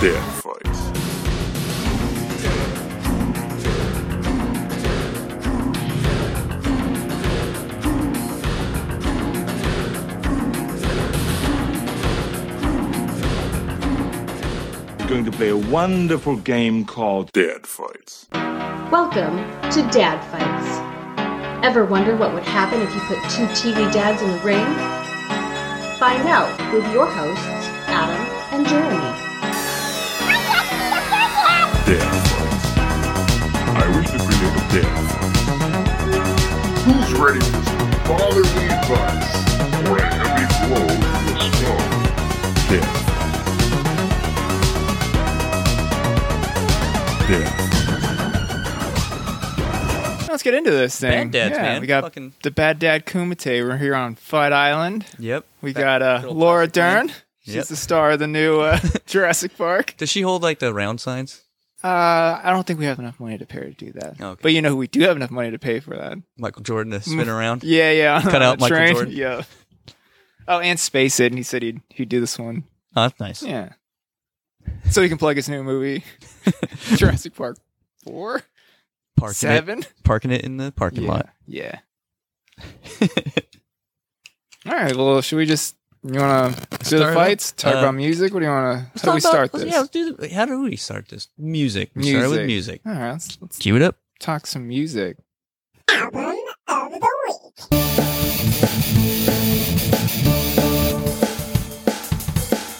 their fight. We're going to play a wonderful game called Dad Fights. Welcome to Dad Fights. Ever wonder what would happen if you put two TV dads in the ring? Find out with your hosts, Adam and Jeremy. Dad Fights. I wish to create a dad fight. Who's ready for some fatherly advice? Or a heavy blow from the strong? Dad Fights. Dad Let's get into this thing. Bad dads, yeah, man. We got Fucking- the bad dad Kumite. We're here on Fight Island. Yep. We That got uh, good old Laura classic name. Dern. She's Yep. the star of the new uh, Jurassic Park. Does she hold like the round signs? Uh, I don't think we have enough money to pay her to do that. Okay. But you know, who we do have enough money to pay for that. Michael Jordan to spin around. Mm. Yeah, yeah. Cut out The Michael train. Jordan. Yeah. Oh, and Space It, and he said he'd he'd do this one. Oh, that's nice. Yeah. So he can plug his new movie, Jurassic Park Four, Parking Seven. it, parking it in the parking lot. Yeah. All right. Well, should we just you want to do Start it the up? fights? Talk Uh, about music? What do you want to? How do we Let's talk start about- this? Yeah, let's do the, how do we start this? Music. We started with music. All right. Let's, let's Cue it up. talk some music.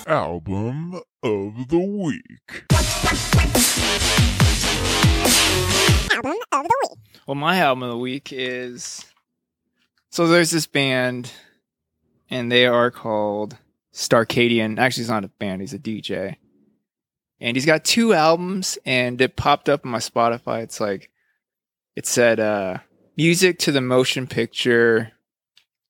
Album of the week. Well, my album of the week is. So there's this band, and they are called Starcadian. Actually, he's not a band; he's a DJ, and he's got two albums. And it popped up on my Spotify. It's like, it said uh, "Music to the Motion Picture,"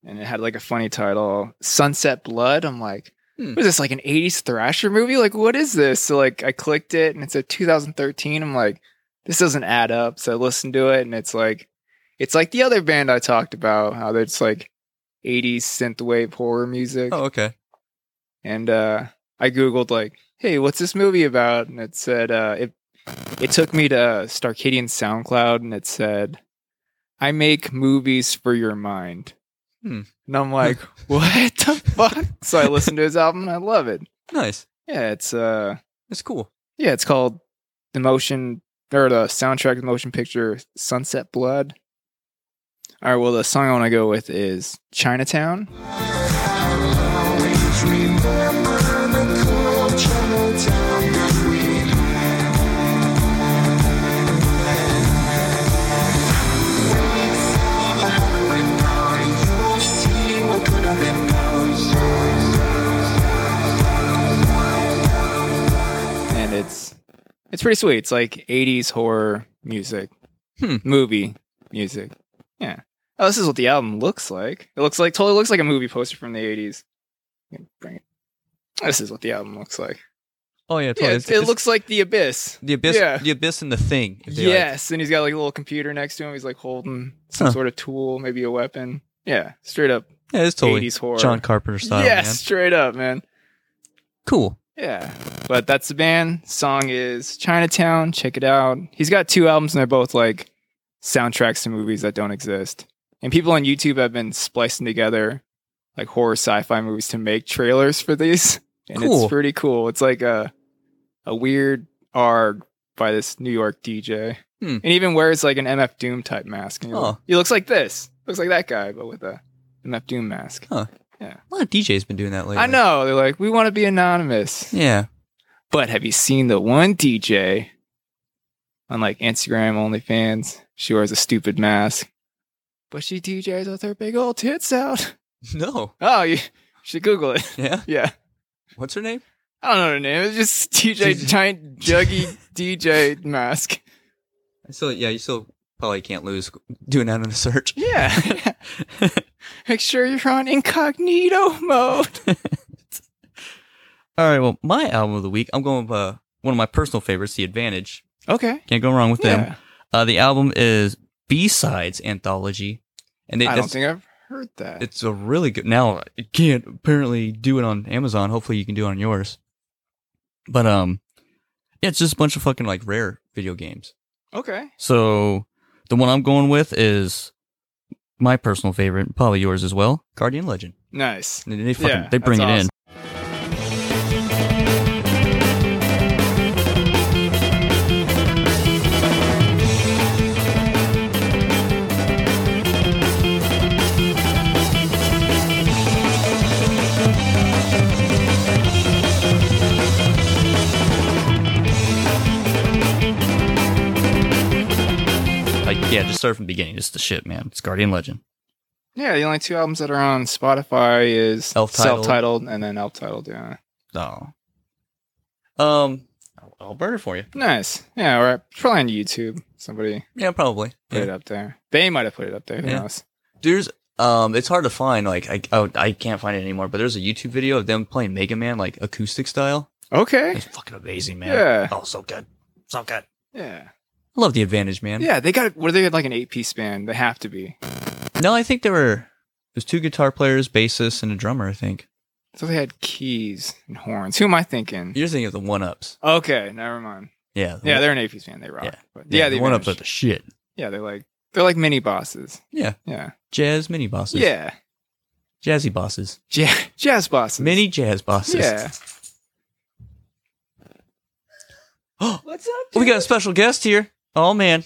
and it had like a funny title, "Sunset Blood." I'm like. Hmm. Was this like an 80s thrasher movie? Like, what is this? So, like, I clicked it and it said 2013. I'm like, this doesn't add up. So I listened to it and it's like it's like the other band I talked about, how it's like 80s synthwave horror music. Oh, okay. And uh I googled like, "Hey, what's this movie about?" and it said uh it it took me to Starcadian SoundCloud and it said I make movies for your mind. Hmm. And I'm like, "What the fuck?" So I listened to his album and I love it. Nice. Yeah, it's uh That's cool. yeah, it's called the motion or the soundtrack of the motion picture Sunset Blood. All right, well, the song I want to go with is Chinatown. and it's it's pretty sweet. It's like '80s horror music, Hmm. movie music. Yeah. Oh, this is what the album looks like. It looks like totally looks like a movie poster from the '80s. Yeah, Bring it. This is what the album looks like. Oh yeah, totally. Yeah, It's- it it's looks like The Abyss. the abyss. yeah. The abyss and the thing. if they like. Yes, and he's got like a little computer next to him. He's like holding some Huh. sort of tool, maybe a weapon. Yeah, straight up Yeah, it's totally 80s horror. John Carpenter style. yeah, man. straight up, man. Cool. Yeah. But that's the band. Song is Chinatown. Check it out. He's got two albums and they're both like soundtracks to movies that don't exist. And people on YouTube have been splicing together like horror sci-fi movies to make trailers for these. And Cool. it's pretty cool. It's like a a weird arg by this New York DJ. Hmm. And even wears like an MF Doom type mask. And he, Oh. he looks like this. Looks like that guy, but with a MF Doom mask. A lot of DJs been doing that lately. I know. They're like, we want to be anonymous. Yeah. But have you seen the one DJ on like Instagram, OnlyFans? She wears a stupid mask, but she DJs with her big old tits out. No. Oh, you should Google it. Yeah. Yeah, What's her name? I don't know her name. It's just DJ DJ. giant juggy DJ mask. So yeah, you still probably can't lose doing that in a search. Yeah, make sure you're on incognito mode. All right. Well, my album of the week, I'm going with uh, one of my personal favorites, The Advantage. Okay. Can't go wrong with them. Yeah. Uh, the album is B Sides Anthology, and they, I don't that's, think I've heard that. it's a really good. Now you can't apparently do it on Amazon. Hopefully, you can do it on yours. But um, Yeah, it's just a bunch of fucking like rare video games. Okay. So the one I'm going with is my personal favorite, probably yours as well, Guardian Legend. Nice. They, they fucking Yeah, they bring it that's in. Like yeah, just start from the beginning. It's the shit, man. It's Guardian Legend. Yeah, the only two albums that are on Spotify is Elf-titled. self-titled and then elf-titled. Yeah. Oh. Um, I'll- I'll burn it for you. Nice. Yeah, or probably on YouTube. Somebody Yeah, probably. put it up there. They might have put it up there. Who Yeah. knows? There's um, it's hard to find. Like I, oh, I can't find it anymore. But there's a YouTube video of them playing Mega Man like acoustic style. Okay. It's fucking amazing, man. Yeah. Oh, so good, so good. Yeah. I love the advantage, man. Yeah, they got. Were they like an eight-piece band? They have to be. No, I think there were there's two guitar players, bassist, and a drummer. I think So they had keys and horns. Who am I thinking? you're thinking of the one ups. Okay, never mind. Yeah. the Yeah, one- they're an eight-piece band. They rock. Yeah. But yeah, the they one ups are managed- the shit. Yeah, they're like they're like mini bosses. Yeah. Yeah. Jazz mini bosses. Yeah. Jazzy bosses. Ja- jazz bosses. Mini jazz bosses. Yeah. Oh, What's up? we got a special guest here. Oh man,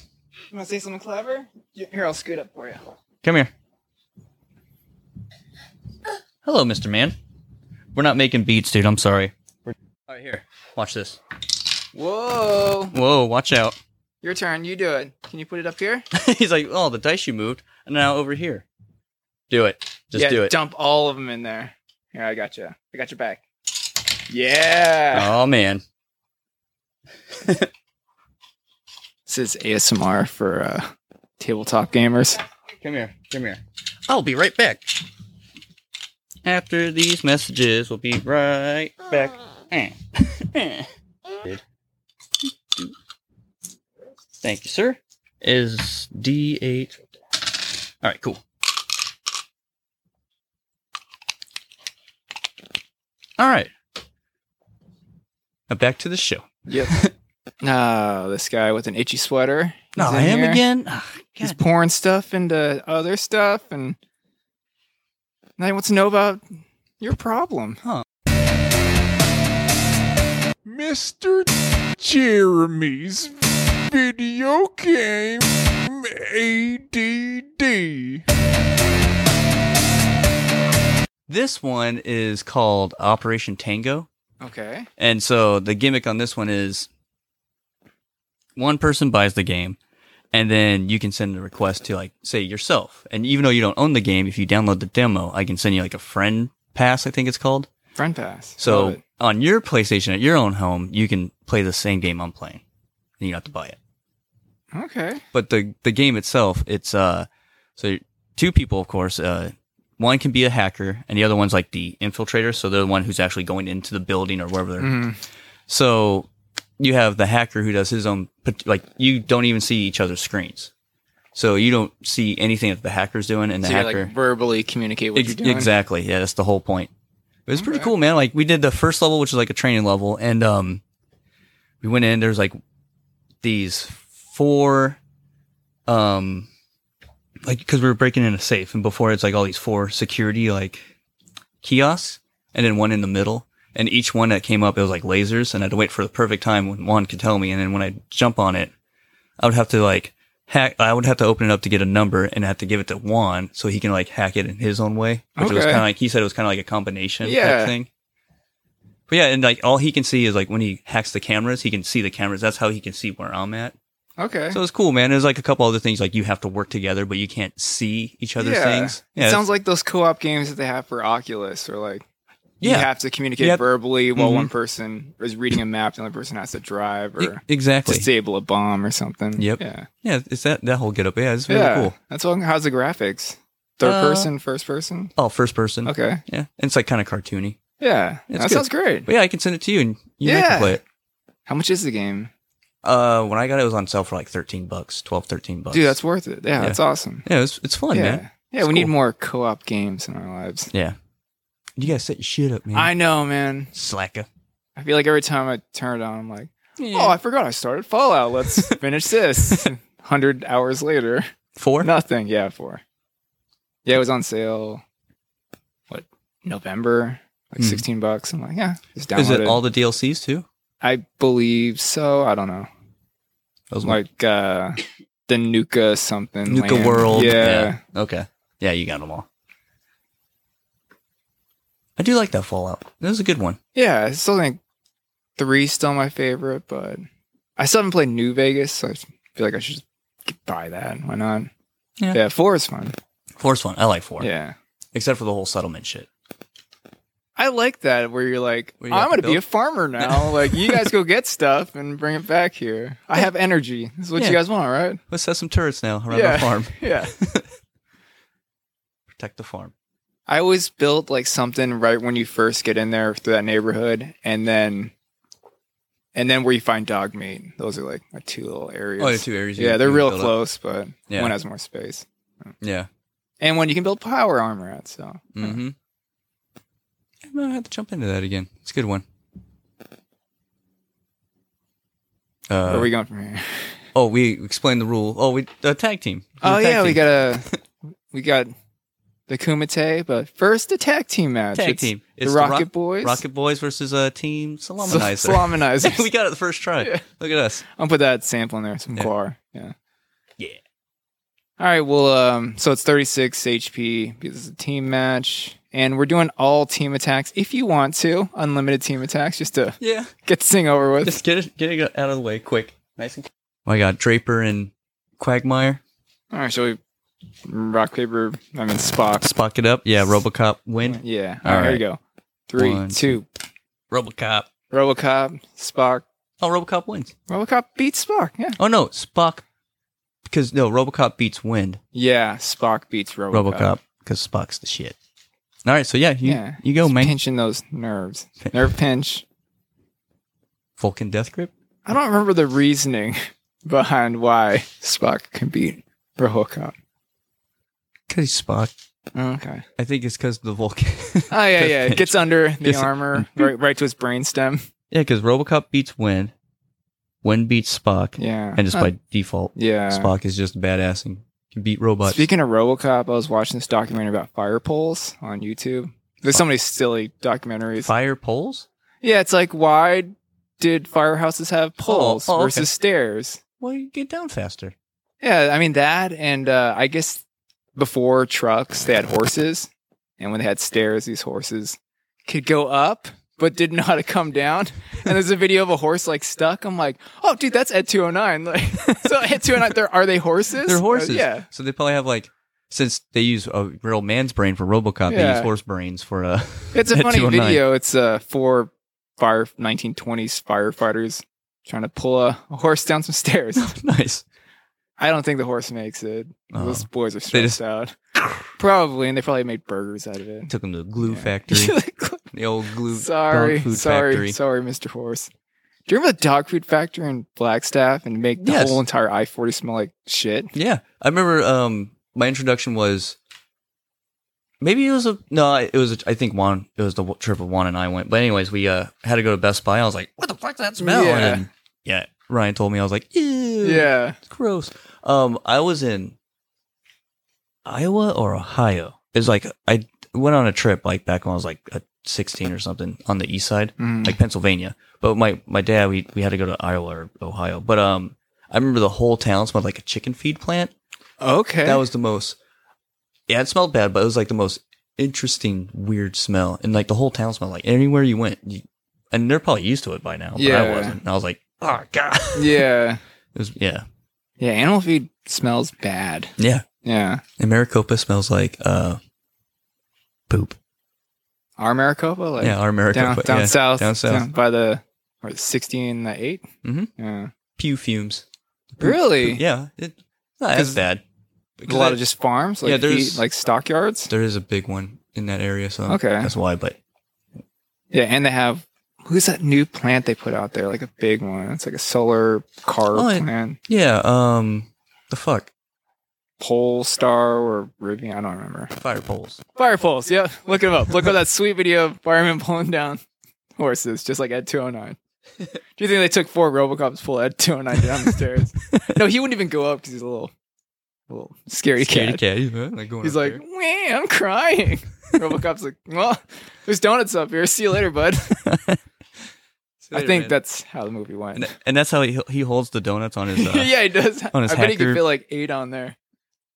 You want to say something clever? Here, I'll scoot up for you. Come here. Hello, Mr. Man. We're not making beats, dude. I'm sorry. All right, here. Watch this. Whoa! Whoa, watch out. Your turn. You do it. Can you put it up here? He's like, oh, the dice you moved, and now over here. Do it. Just yeah, do it. Dump all of them in there. Here, I got you. I got your back. Yeah. Oh, man. This is ASMR for uh, tabletop gamers. Come here. Come here. I'll be right back. After these messages, we'll be right back. Eh. Eh. Good. Thank you, sir. Is D8. All right, cool. All right. Now back to the show. Yep. oh, this guy with an itchy sweater. No, He's I in am here. again. Ah, He's God. pouring stuff into other stuff, and now he wants to know about your problem. Mr. Jeremy's video game ADD. This one is called Operation Tango. Okay. And so the gimmick on this one is one person buys the game and then you can send a request to like say yourself. And even though you don't own the game, if you download the demo, I can send you like a friend pass, I think it's called. Friend pass. Love So it. on your PlayStation at your own home, you can play the same game I'm playing. And you don't have to buy it. okay. But the the game itself, it's uh so two people of course, uh one can be a hacker and the other one's like the infiltrator, so they're the one who's actually going into the building or wherever they're Mm. so you have the hacker who does his own, but, like you don't even see each other's screens. So you don't see anything that the hacker's doing and the So you hacker. like verbally communicate what Ex- you're doing. Exactly. Yeah, that's the whole point. It was pretty Okay. cool, man. Like we did the first level, which is like a training level, and um, we went in. There's like these four, um, like because we were breaking in a safe, and before it's like all these four security like kiosks, and then one in the middle. And each one that came up, it was like lasers, and I had to wait for the perfect time when one could tell me. And then when I jump on it, I would have to like hack. I would have to open it up to get a number, and I have to give it to Juan so he can like hack it in his own way. Which was Okay. kind of like he said it was kind of like a combination Yeah. type thing. But yeah, and like all he can see is like when he hacks the cameras, he can see the cameras. That's how he can see where I'm at. Okay. So it's cool, man. There's like a couple other things like you have to work together, but you can't see each other's things. It sounds like those co-op games that they have for Oculus, or like you Yeah. have to communicate You have- verbally while Mhm. one person is reading a map, the other person has to drive or E- exactly. disable a bomb or something. Yep. Yeah. Yeah, it's that that whole getup. Yeah, it's really yeah. cool. That's all. How's the graphics? Third Uh, person, first person. Oh, first person. Okay. Yeah, and it's like kind of cartoony. Yeah. It's that good. sounds great. But yeah, I can send it to you and you yeah. Yeah. can play it. How much is the game, Uh, when I got it, it was on sale for like 13 bucks, 12, 13 bucks. dude? That's worth it. Yeah, Yeah. that's awesome. yeah, it's it's fun, yeah. man. Yeah. It's we need cool. more co-op games in our lives. Yeah, you gotta set your shit up, man. I know, man. slacker. I feel like every time I turn it on, I'm like, Oh, I forgot I started Fallout. Let's finish this. 100 hours later. Four? Nothing. Yeah, four. Yeah, it was on sale. What November? Like Hmm. sixteen bucks. I'm like, yeah, just download Is it it. all the DLCs too? I believe so. I don't know. That was my Like uh the Nuka something. Nuka land. World. Yeah. Okay. Yeah, you got them all. I do like that Fallout. That was a good one. Yeah. I still think three's still my favorite, but I still haven't played New Vegas, so I feel like I should just buy that. Why not? Yeah. yeah four is fun. Four's fun. I like four. Yeah. Except for the whole settlement shit. I like that where you're like, Where you I'm have to gonna be build- a farmer now. like you guys go get stuff and bring it back here. I have energy. This is what you Yeah. guys want, right? Let's set some turrets now around Yeah. our farm. Yeah. Protect the farm. I always built like something right when you first get in there through that neighborhood and then and then where you find dog meat. Those are like my two little areas. Oh, the two areas. you- yeah, they're you real build up. close, but Yeah. one has more space. Yeah. And one you can build power armor at, so Mm-hmm. I'm gonna have to jump into that again. It's a good one. where Uh, are we going from here? oh, we explained the rule. Oh, we uh, tag team. Oh Tag yeah, we team. got a we got the Kumite, but first a tag team match. tag It's team. the Rock- Rocket Boys. Rocket Boys versus uh, Team Sl- Salamanizer. Slomanizers. we got it the first try. Yeah. Look at us. I'll put that sample in there, some Yeah. quar. Yeah. Yeah. All right. Well, um, so it's 36 HP. This is a team match, and we're doing all team attacks if you want to, unlimited team attacks, just to Yeah. get this thing over with. Just get it, get it out of the way quick. Nice and. Oh my God, Draper and Quagmire all right. Shall we rock paper? I mean Spock. spock it up. Yeah, RoboCop win. Yeah. All All right. Here right. we go. Three, One, two. RoboCop. RoboCop. Spock. Oh, RoboCop wins. RoboCop beats Spock. Yeah. Oh no, Spock. Because no, RoboCop beats Wind. Yeah. Spock beats RoboCop. RoboCop because Spock's the shit. All right, so yeah, you Yeah. you go, Just man. Pinching those nerves. Nerve pinch. Vulcan Death Grip. I don't remember the reasoning behind why Spock can beat RoboCop. Because he's Spock. Oh, okay. I think it's because the Vulcan. Oh yeah, yeah. It pinch. mm. gets under the Gets- armor, right, right to his brainstem. yeah, because RoboCop beats Wind. Wind beats Spock, Yeah. and just Uh, by default, yeah. Spock is just badass and can beat robots. Speaking of RoboCop, I was watching this documentary about fire poles on YouTube. There's so many silly documentaries. Fire poles. Yeah, it's like why did firehouses have poles oh, okay. versus stairs? Well, you get down faster. Yeah, I mean that, and uh, I guess before trucks, they had horses, and when they had stairs, these horses could go up but didn't know how to come down. And there's a video of a horse like stuck. I'm like, oh, dude, that's Ed 209. Like, so Ed 209, they're, are they horses? They're horses. uh, yeah. So they probably have like. Since they use a real man's brain for RoboCop, they Yeah. use horse brains for uh, It's a Ed funny 209. video. It's uh, four fire 1920s firefighters trying to pull a, a horse down some stairs. oh nice. I don't think the horse makes it. Oh. Those boys are stressed just- out. Probably, and they probably made burgers out of it. Took them to the glue Yeah. factory, the old glue sorry, dog food sorry, factory. sorry, Mr. Horse. Do you remember the dog food factory in Blackstaff and make the Yes. whole entire I forty smell like shit? Yeah, I remember. Um, my introduction was maybe it was a no, it was a, I think Juan. It was the w- trip of Juan and I went. But anyways, we uh had to go to Best Buy. I was like, "What the fuck's that smell?" Yeah. And yeah, Ryan told me. I was like, "Ew, Yeah, it's gross." Um, I was in Iowa or Ohio. It was like I went on a trip like back when I was like a sixteen or something on the east side Mm. like Pennsylvania. But my my dad, we we had to go to Iowa or Ohio. But um, I remember the whole town smelled like a chicken feed plant. okay, That was the most. Yeah, it smelled bad, but it was like the most interesting, weird smell, and like the whole town smelled like anywhere you went. You, and they're probably used to it by now. But Yeah. I wasn't. And I was like, oh god. yeah, It was yeah, yeah. Animal feed smells bad. yeah. Yeah, And Maricopa smells like uh, poop. our Maricopa, like yeah, our down Maricopa down yeah. south, down south. by the or sixty and the 8 Mhm. Yeah, Pew fumes. really. Yeah, it, not as 'Cause bad. A lot of just farms, like Yeah, there's- feed- like stockyards. There is a big one in that area, so Okay. that's why. But Yeah, and they have who's that new plant they put out there? Like a big one. It's like a solar car Oh, it- plant, yeah, um, the fuck pole star or Rivian. I don't remember. fire poles. Fire poles. Yep, look them up. Look up that sweet video of firemen pulling down horses, just like at 209. Do you think they took four Robocops to pull Ed 209 down the stairs? No, he wouldn't even go up because he's a little, a little scary, Scaredy cat. cat. He's like, going He's up like, there. "Wah, I'm crying. Robocop's like, well, there's donuts up here. See you later, bud. See you I later, think man. that's how the movie went. and, and that's how he he holds the donuts on his uh, yeah, he does. on his I bet he hacker. could fit like eight on there.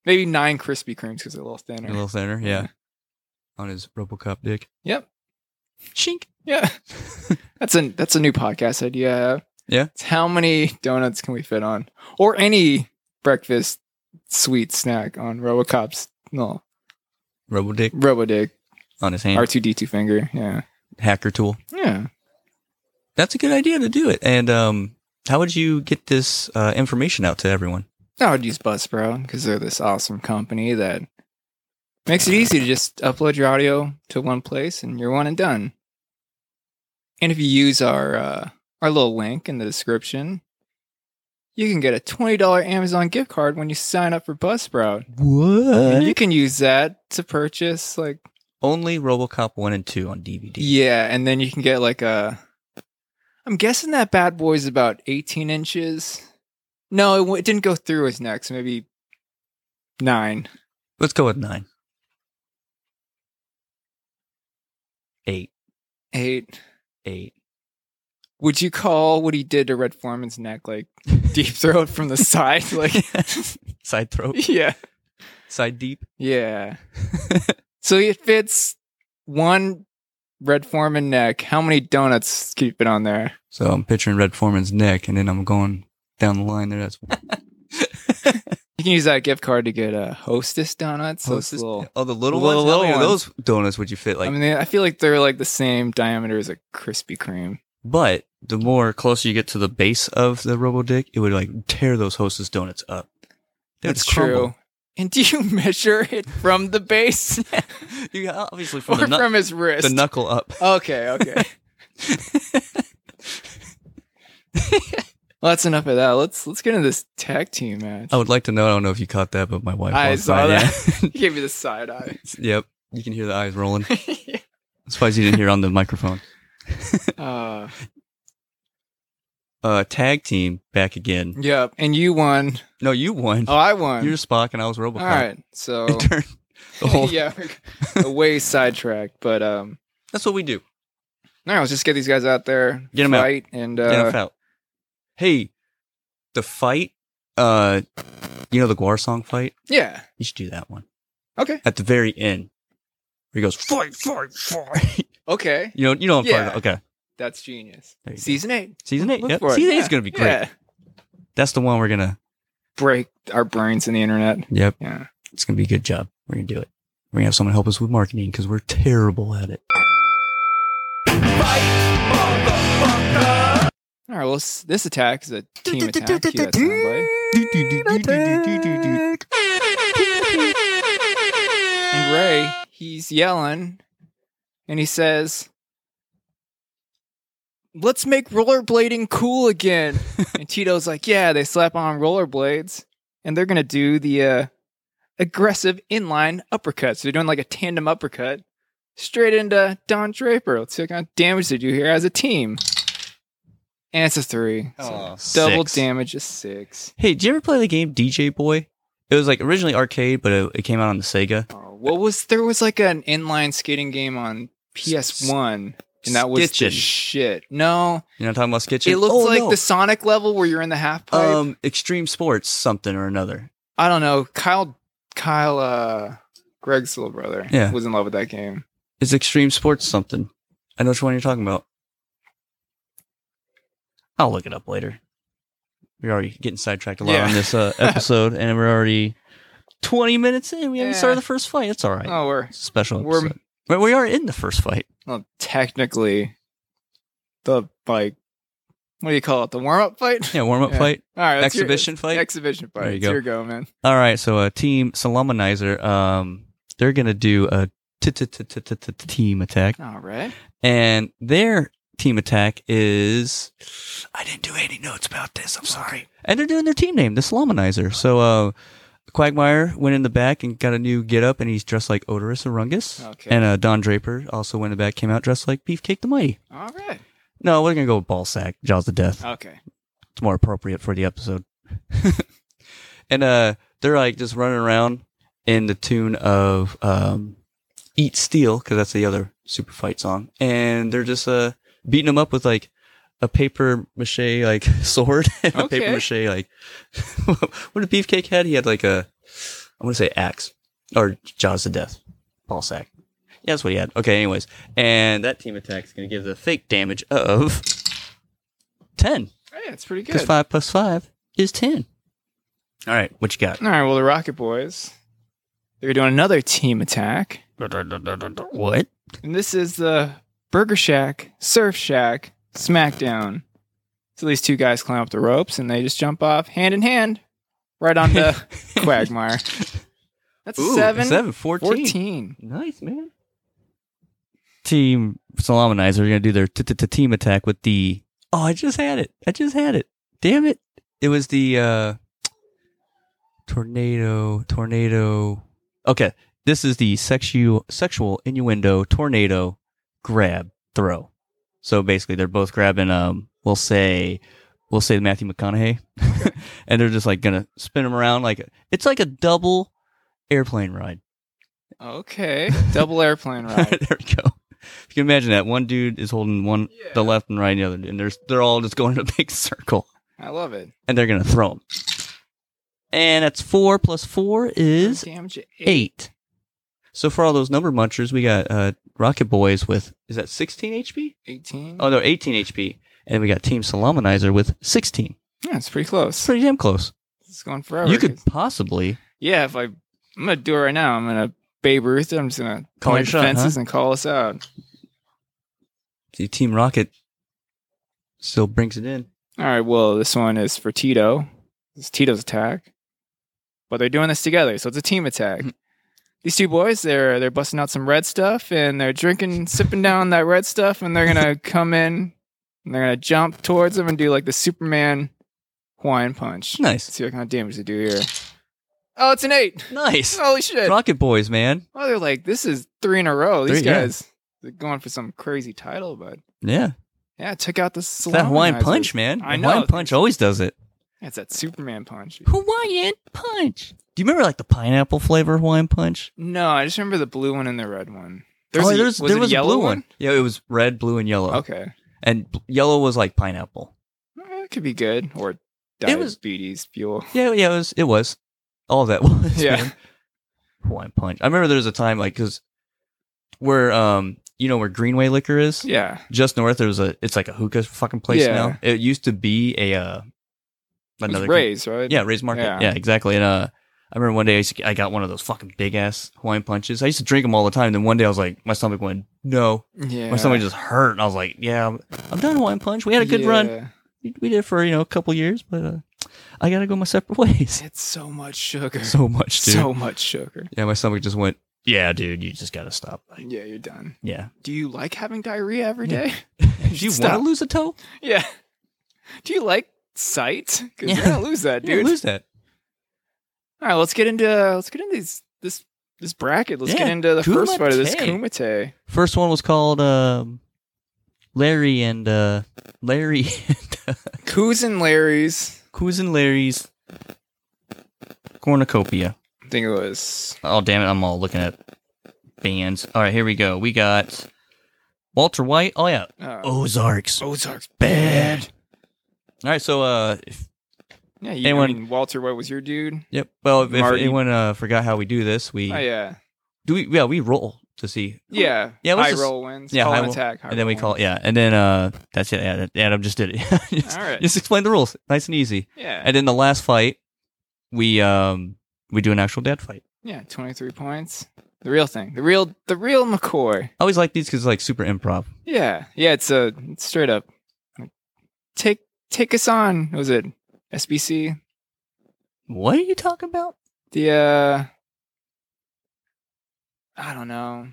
Maybe nine Krispy Kremes because they're a little thinner. little center. Yeah, on his RoboCop dick. Yep. Shink. Yeah. that's a that's a new podcast idea. I have. Yeah? It's how many donuts can we fit on? Or any breakfast sweet snack on Robocop's no RoboDick Robodick. on his hand. R two D two finger. Yeah. hacker tool. Yeah. That's a good idea to do it. And um, how would you get this uh, information out to everyone? I would use Buzzsprout because they're this awesome company that makes it easy to just upload your audio to one place and you're one and done. And if you use our uh, our little link in the description, you can get a twenty dollar Amazon gift card when you sign up for Buzzsprout. And you What? can use that to purchase like Only RoboCop one and two on DVD. yeah, and then you can get like a. I'm guessing that bad boy's about 18 inches. No, it, w- it didn't go through his neck, so maybe nine. Let's go with nine. Eight. eight. Eight. Would you call what he did to Red Foreman's neck like deep throat from the side? Like, Side throat. yeah, Side deep. yeah. so it fits one Red Foreman neck. How many donuts can you fit on there? So I'm picturing Red Foreman's neck, and then I'm going down the line there. That's You can use that gift card to get a Hostess donuts. Those Hostess- little- oh, the little the ones. How little many of ones. those donuts would you fit? Like, I mean, they- I feel like they're like the same diameter as a Krispy Kreme. but the more closer you get to the base of the Robo Dick, it would like tear those Hostess donuts up. They would That's crumble. true. And do you measure it from the base You obviously from, or the, knuck- from his wrist? the knuckle up. Okay, okay. well, that's enough of that. Let's let's get into this tag team match. I would like to know. I don't know if you caught that, but my wife. I walked saw by, yeah. that. Give me the side eye. yep, you can hear the eyes rolling. That's why you didn't hear on the microphone. uh, Uh, tag team back again. yep. And you won. No, you won. Oh, I won. You're Spock, and I was Robocop. All right. So It turned the whole. yeah, we're way sidetracked. But um, That's what we do. no, let's just get these guys out there. Get 'em out. fight, and uh, Get off out. Hey, the fight. Uh, you know the Guar song fight. yeah. You should do that one Okay. at the very end. Where he goes fight, fight, fight. Okay. you know, you know. What I'm talking Yeah. about. Okay, That's genius. There you go. Season eight. season eight. Look Yep. for it. Season eight's Yeah, gonna be great. yeah. That's the one we're gonna. Break our brains in the internet. Yep. Yeah. It's going to be a good job. We're going to do it. We're going to have someone help us with marketing because we're terrible at it. All right. Well, s- this attack is a team attack. Cue that soundbite. And Ray, he's yelling, and he says, "Let's make rollerblading cool again." and Tito's like, "Yeah." They slap on rollerblades, and they're gonna do the uh, aggressive inline uppercut. So they're doing like a tandem uppercut straight into Don Draper. Let's see what kind of damage they do here as a team. And it's a three. So double six. damage is six. Hey, did you ever play the game DJ Boy? It was like originally arcade, but it, it came out on the Sega. Oh, what was there was like an inline skating game on PS1, and that was Stitchin'. the shit. No, You know what I'm talking about Skitchin? it looked Oh, like no. the Sonic level where you're in the half pipe. um Extreme Sports something or another. I don't know. Kyle, Kyle, uh, Greg's little brother, Yeah. was in love with that game. It's Extreme Sports something. I know which one you're talking about. I'll look it up later. We're already getting sidetracked a lot Yeah. on this uh, episode, and we're already 20 minutes in. We haven't Yeah. started the first fight. It's all right. Oh, we're It's a special We're- episode. But we are in the first fight. well, technically the like, what do you call it? The warm up fight? Yeah, warm up Yeah. fight. All right, that's your- Exhibition fight? Exhibition fight. There you It's go. your go, man. All right, so uh, team Solomonizer, um, they're gonna do a t- t- t- t- t- t- team attack, All right. and their team attack is. I didn't do any notes about this. I'm sorry. And they're doing their team name, the Solomonizer. So uh, Quagmire went in the back and got a new get up, and he's dressed like Odorous Arungus. Okay. And uh, Don Draper also went in the back, came out dressed like Beefcake the Mighty. All right. No, we're gonna go with ball sack, jaws to death. Okay. it's more appropriate for the episode. and uh they're like just running around in the tune of um Eat Steel cuz that's the other super fight song and they're just uh beating them up with like a paper mache like sword and a Okay. paper mache like what a beefcake had he had like a I want to say axe or jaws to death ball sack. Yeah, that's what he had. Okay, anyways. And that team attack is going to give the fake damage of 10. Hey, that's pretty good. Because five plus five is ten. All right, what you got? All right. Well, the Rocket Boys, they're doing another team attack, What? and this is the Burger Shack, Surf Shack, SmackDown. So these two guys climb up the ropes and they just jump off hand in hand, right onto Quagmire. That's Ooh, seven, seven, 14. 14. Nice, man. Team Salamanizer are going to do their t- t- t- team attack with the. Oh, I just had it. I just had it. Damn it. It was the uh, tornado. Tornado. Okay. This is the sexual sexual innuendo tornado grab throw. So basically, they're both grabbing. Um, we'll say, we'll say Matthew McConaughey, and they're just like gonna spin him around like a, it's like a double airplane ride. Okay. Double airplane ride. there we go. If you can imagine that, one dude is holding one the left and right, and the other, and there's they're all just going in a big circle, I love it. and they're gonna throw him. And that's four plus four is Damn, j- eight. So for all those number munchers, we got uh, Rocket Boys with is that sixteen HP? 18. Oh no, eighteen HP, and we got Team Salamanizer with sixteen. Yeah, it's pretty That's close. pretty damn close. It's going forever. You could possibly Yeah, if I, I'm gonna do it right now. I'm gonna Babe Ruth. it. I'm just gonna Call point your shot, fences and call us out. see Team Rocket still brings it in. All right. Well, this one is for Tito. It's Tito's attack, but they're doing this together, so it's a team attack. Mm-hmm. These two boys, they're they're busting out some red stuff and they're drinking, sipping down that red stuff, and they're gonna come in and they're gonna jump towards them and do like the Superman Hawaiian punch. Nice, see what kind of damage they do here. Oh, it's an eight. nice. Holy shit. Rocket Boys, man. Well, they're like, this is three in a row. These Three, yeah. guys, they're going for some crazy title, but Yeah. yeah, took out the It's that Hawaiian Solomonizers. punch, man. I know. Hawaiian punch always does it. It's that Superman punch. Hawaiian punch. Do you remember like the pineapple flavor Hawaiian punch? No, I just remember the blue one and the red one. oh, a- there's, was there it was a yellow blue one. Yeah, it was red, blue, and yellow. Okay, And bl- yellow was like pineapple. Eh, it could be good or It was- diabetes fuel. Yeah, yeah, it was. It was. All that was. Yeah. man. Hawaiian punch. I remember there was a time like because where um you know where Greenway Liquor is. Yeah, Just north, there was a. It's like a hookah fucking place Yeah. now. It used to be a uh another another raise right. Yeah, raise market. Yeah. Yeah. exactly. And uh, I remember one day I, used to, I got one of those fucking big ass Hawaiian punches. I used to drink them all the time. Then one day I was like, my stomach went no, yeah. my stomach just hurt, and I was like, yeah, I'm, I'm done Hawaiian punch. We had a good run. Yeah. We we did it for you know a couple years, but uh, I gotta go my separate ways. It's so much sugar. So, so much, dude. much sugar. yeah, my stomach just went. Yeah, dude, you just gotta stop. Like, Yeah, you're done. yeah, Do you like having diarrhea every Yeah. day? do you want to Stop. lose a toe? Yeah. Do you like sight? Because Yeah. you're gonna lose that, Dude, dude. lose that. All right, let's get into let's get into these this this bracket. Let's get Yeah, into the first fight of this Kumite. Kumite. First one was called um, Larry and uh, Larry and uh, Coos and Larry's. Coos and Larry's cornucopia. I think it was Oh damn it! I'm all looking at bands. All right, here we go. We got Walter White. Oh yeah, uh, Ozarks. All Ozark's bad. right, so uh, if, Yeah, you, Anyone- I mean, Walter White was your dude. yep. Well, if, if Marty. anyone uh, forgot how we do this, we Oh yeah, do. We, yeah, we roll to see. yeah. Yeah, let's high just- roll wins. yeah, call high an roll. attack. high And then we roll call wins. yeah, and then uh, that's it. Adam, Adam just did it. just, All right. just explain the rules. Nice and easy. Yeah, And then the last fight, we um we do an actual dad fight. yeah. Twenty three points. The real thing. The real. The real McCoy. I always like these because like super improv. Yeah, yeah. It's a it's straight up. Take take us on. What was it SBC? What are you talking about? the uh I don't know.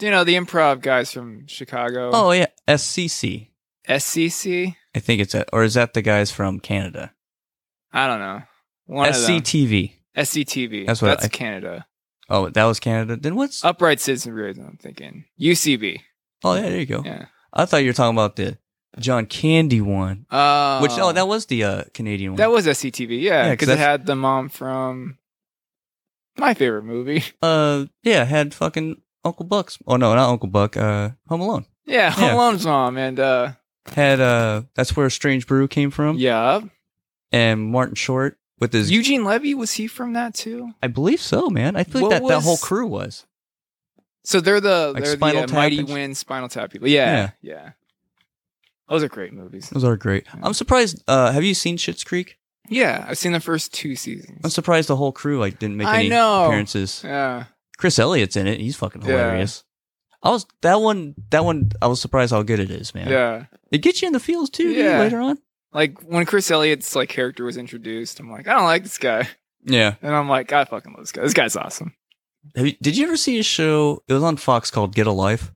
You know, the improv guys from Chicago. Oh yeah, SCC. SCC? I think it's that, or is that the guys from Canada? I don't know. One of them. SCTV. SCTV. That's what That's I- Canada. Oh, that was Canada. Then what's? Oh, Upright Citizenry, I'm thinking. UCB. oh yeah, there you go. Yeah. I thought you were talking about the John Candy one, Uh, which oh that was the uh, Canadian one. that was SCTV, yeah, Yeah, 'cause because it that's- had the mom from my favorite movie. uh yeah had fucking Uncle Buck's. Oh no, not Uncle Buck. Uh, Home Alone Yeah, Home Yeah. Alone's mom and uh, had uh that's where Strange Brew came from. yeah, and Martin Short with his. Eugene Levy was he from that too? I believe so, man. I think What that that was- whole crew was. So they're the Like they're Spinal the uh, Tap Mighty and sh- Wind Spinal Tap people. Yeah, yeah, Those are great movies. Those are great. I'm surprised. Uh, have you seen Schitt's Creek? Yeah, I've seen the first two seasons. I'm surprised the whole crew like didn't make I any know. appearances. Yeah, Chris Elliott's in it. He's fucking Yeah. hilarious. I was that one. That one. I was surprised how good it is, man. yeah, It gets you in the feels too. dude, Yeah. later on. Like when Chris Elliott's like character was introduced, I'm like, I don't like this guy, Yeah. and I'm like, I fucking love this guy. This guy's awesome. Have you, did you ever see a show? It was on Fox called Get a Life.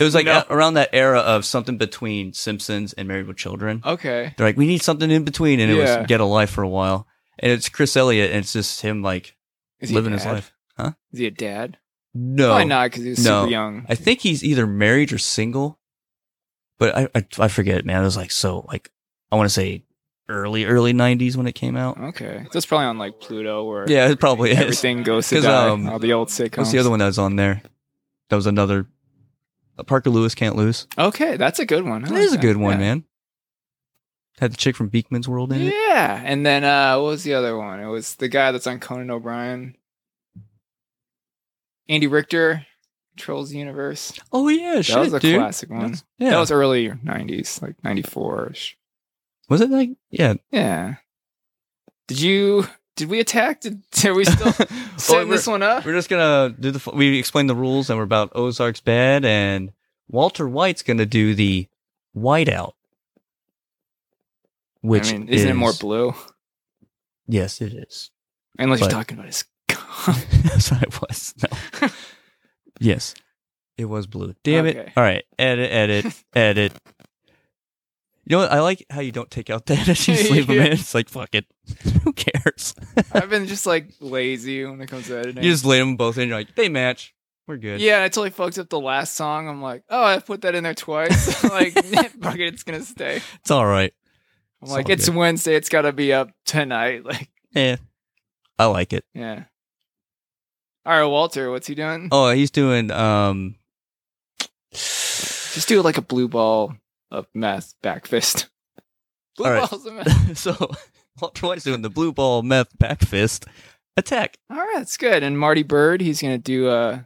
It was like No. a- around that era of something between Simpsons and Married with Children. Okay, They're like, we need something in between, and it Yeah. was Get a Life for a while. And it's Chris Elliott, and it's just him like Is he a living his dad? life. Huh? Is he a dad? No, Probably not because he was No. super young. I think he's either married or single, but I I, I forget, man. It was like so like I want to say early early '90s when it came out. Okay, that's probably on like Pluto or Yeah, it probably is. everything goes to 'Cause, die. um, all the old sitcoms. What's the other one that was on there? That was another uh, Parker Lewis can't lose. Okay, that's a good one. I That like is a good one, Yeah. man. Had the chick from Beekman's World in it. Yeah, and then uh, what was the other one? It was the guy that's on Conan O'Brien. Andy Richter controls the universe. Oh yeah, That shit, was a dude. classic one. That's- yeah, That was early '90s, like '94 ish. was it like yeah? Yeah. Did you? Did we attack? Did are we still setting Or- this one up? We're just gonna do the. We explained the rules, and we're about Ozark's bed, and Walter White's gonna do the whiteout, which I mean, isn't it more is- blue? Yes, it is. Unless but- you're talking about his. That's what it was. No. yes, it was blue. Damn Okay. it! All right, edit, edit, edit. You know what? I like how you don't take out the edits. You just leave them Yeah. in. It's like fuck it. Who cares? I've been just like lazy when it comes to editing. You just lay them both in. You're like they match. We're good. Yeah, and I totally fucked up the last song. I'm like, oh, I put that in there twice. like, fuck it, it's gonna stay. It's all right. I'm It's like, all it's good. Wednesday, it's gotta be up tonight. Like, Eh, I like it. yeah. All right, Walter, what's he doing? Oh, he's doing um Just do like a blue ball of meth back fist. Blue All right. balls of meth. so Walter White's doing the blue ball meth back fist attack. All right, that's good. And Marty Bird, he's gonna do uh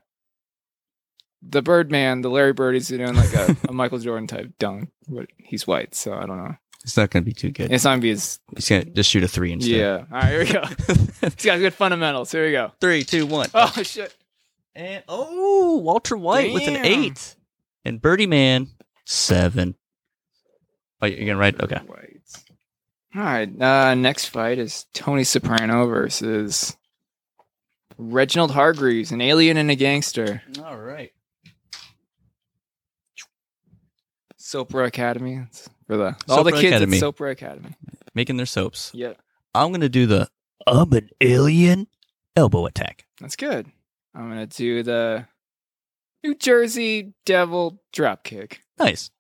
the Birdman, the Larry Bird, he's doing like a, a Michael Jordan type dunk. But he's white, so I don't know. It's not gonna be too good. It's not gonna be as He's gonna just shoot a three instead. yeah. All right, here we go. He's got good fundamentals. Here we go. three, two, one. Oh shit. And oh Walter White with an Damn. eight. And Birdie Man, seven. Oh, you're gonna write okay. Whites. All right. Uh, next fight is Tony Soprano versus Reginald Hargreaves, an alien and a gangster. All right. Sopra Academy It's for the all the Sopra kids Academy. at Sopra Academy. Making their soaps. Yeah, I'm gonna do the I'm an alien elbow attack. that's good. I'm gonna do the New Jersey Devil drop kick. Nice.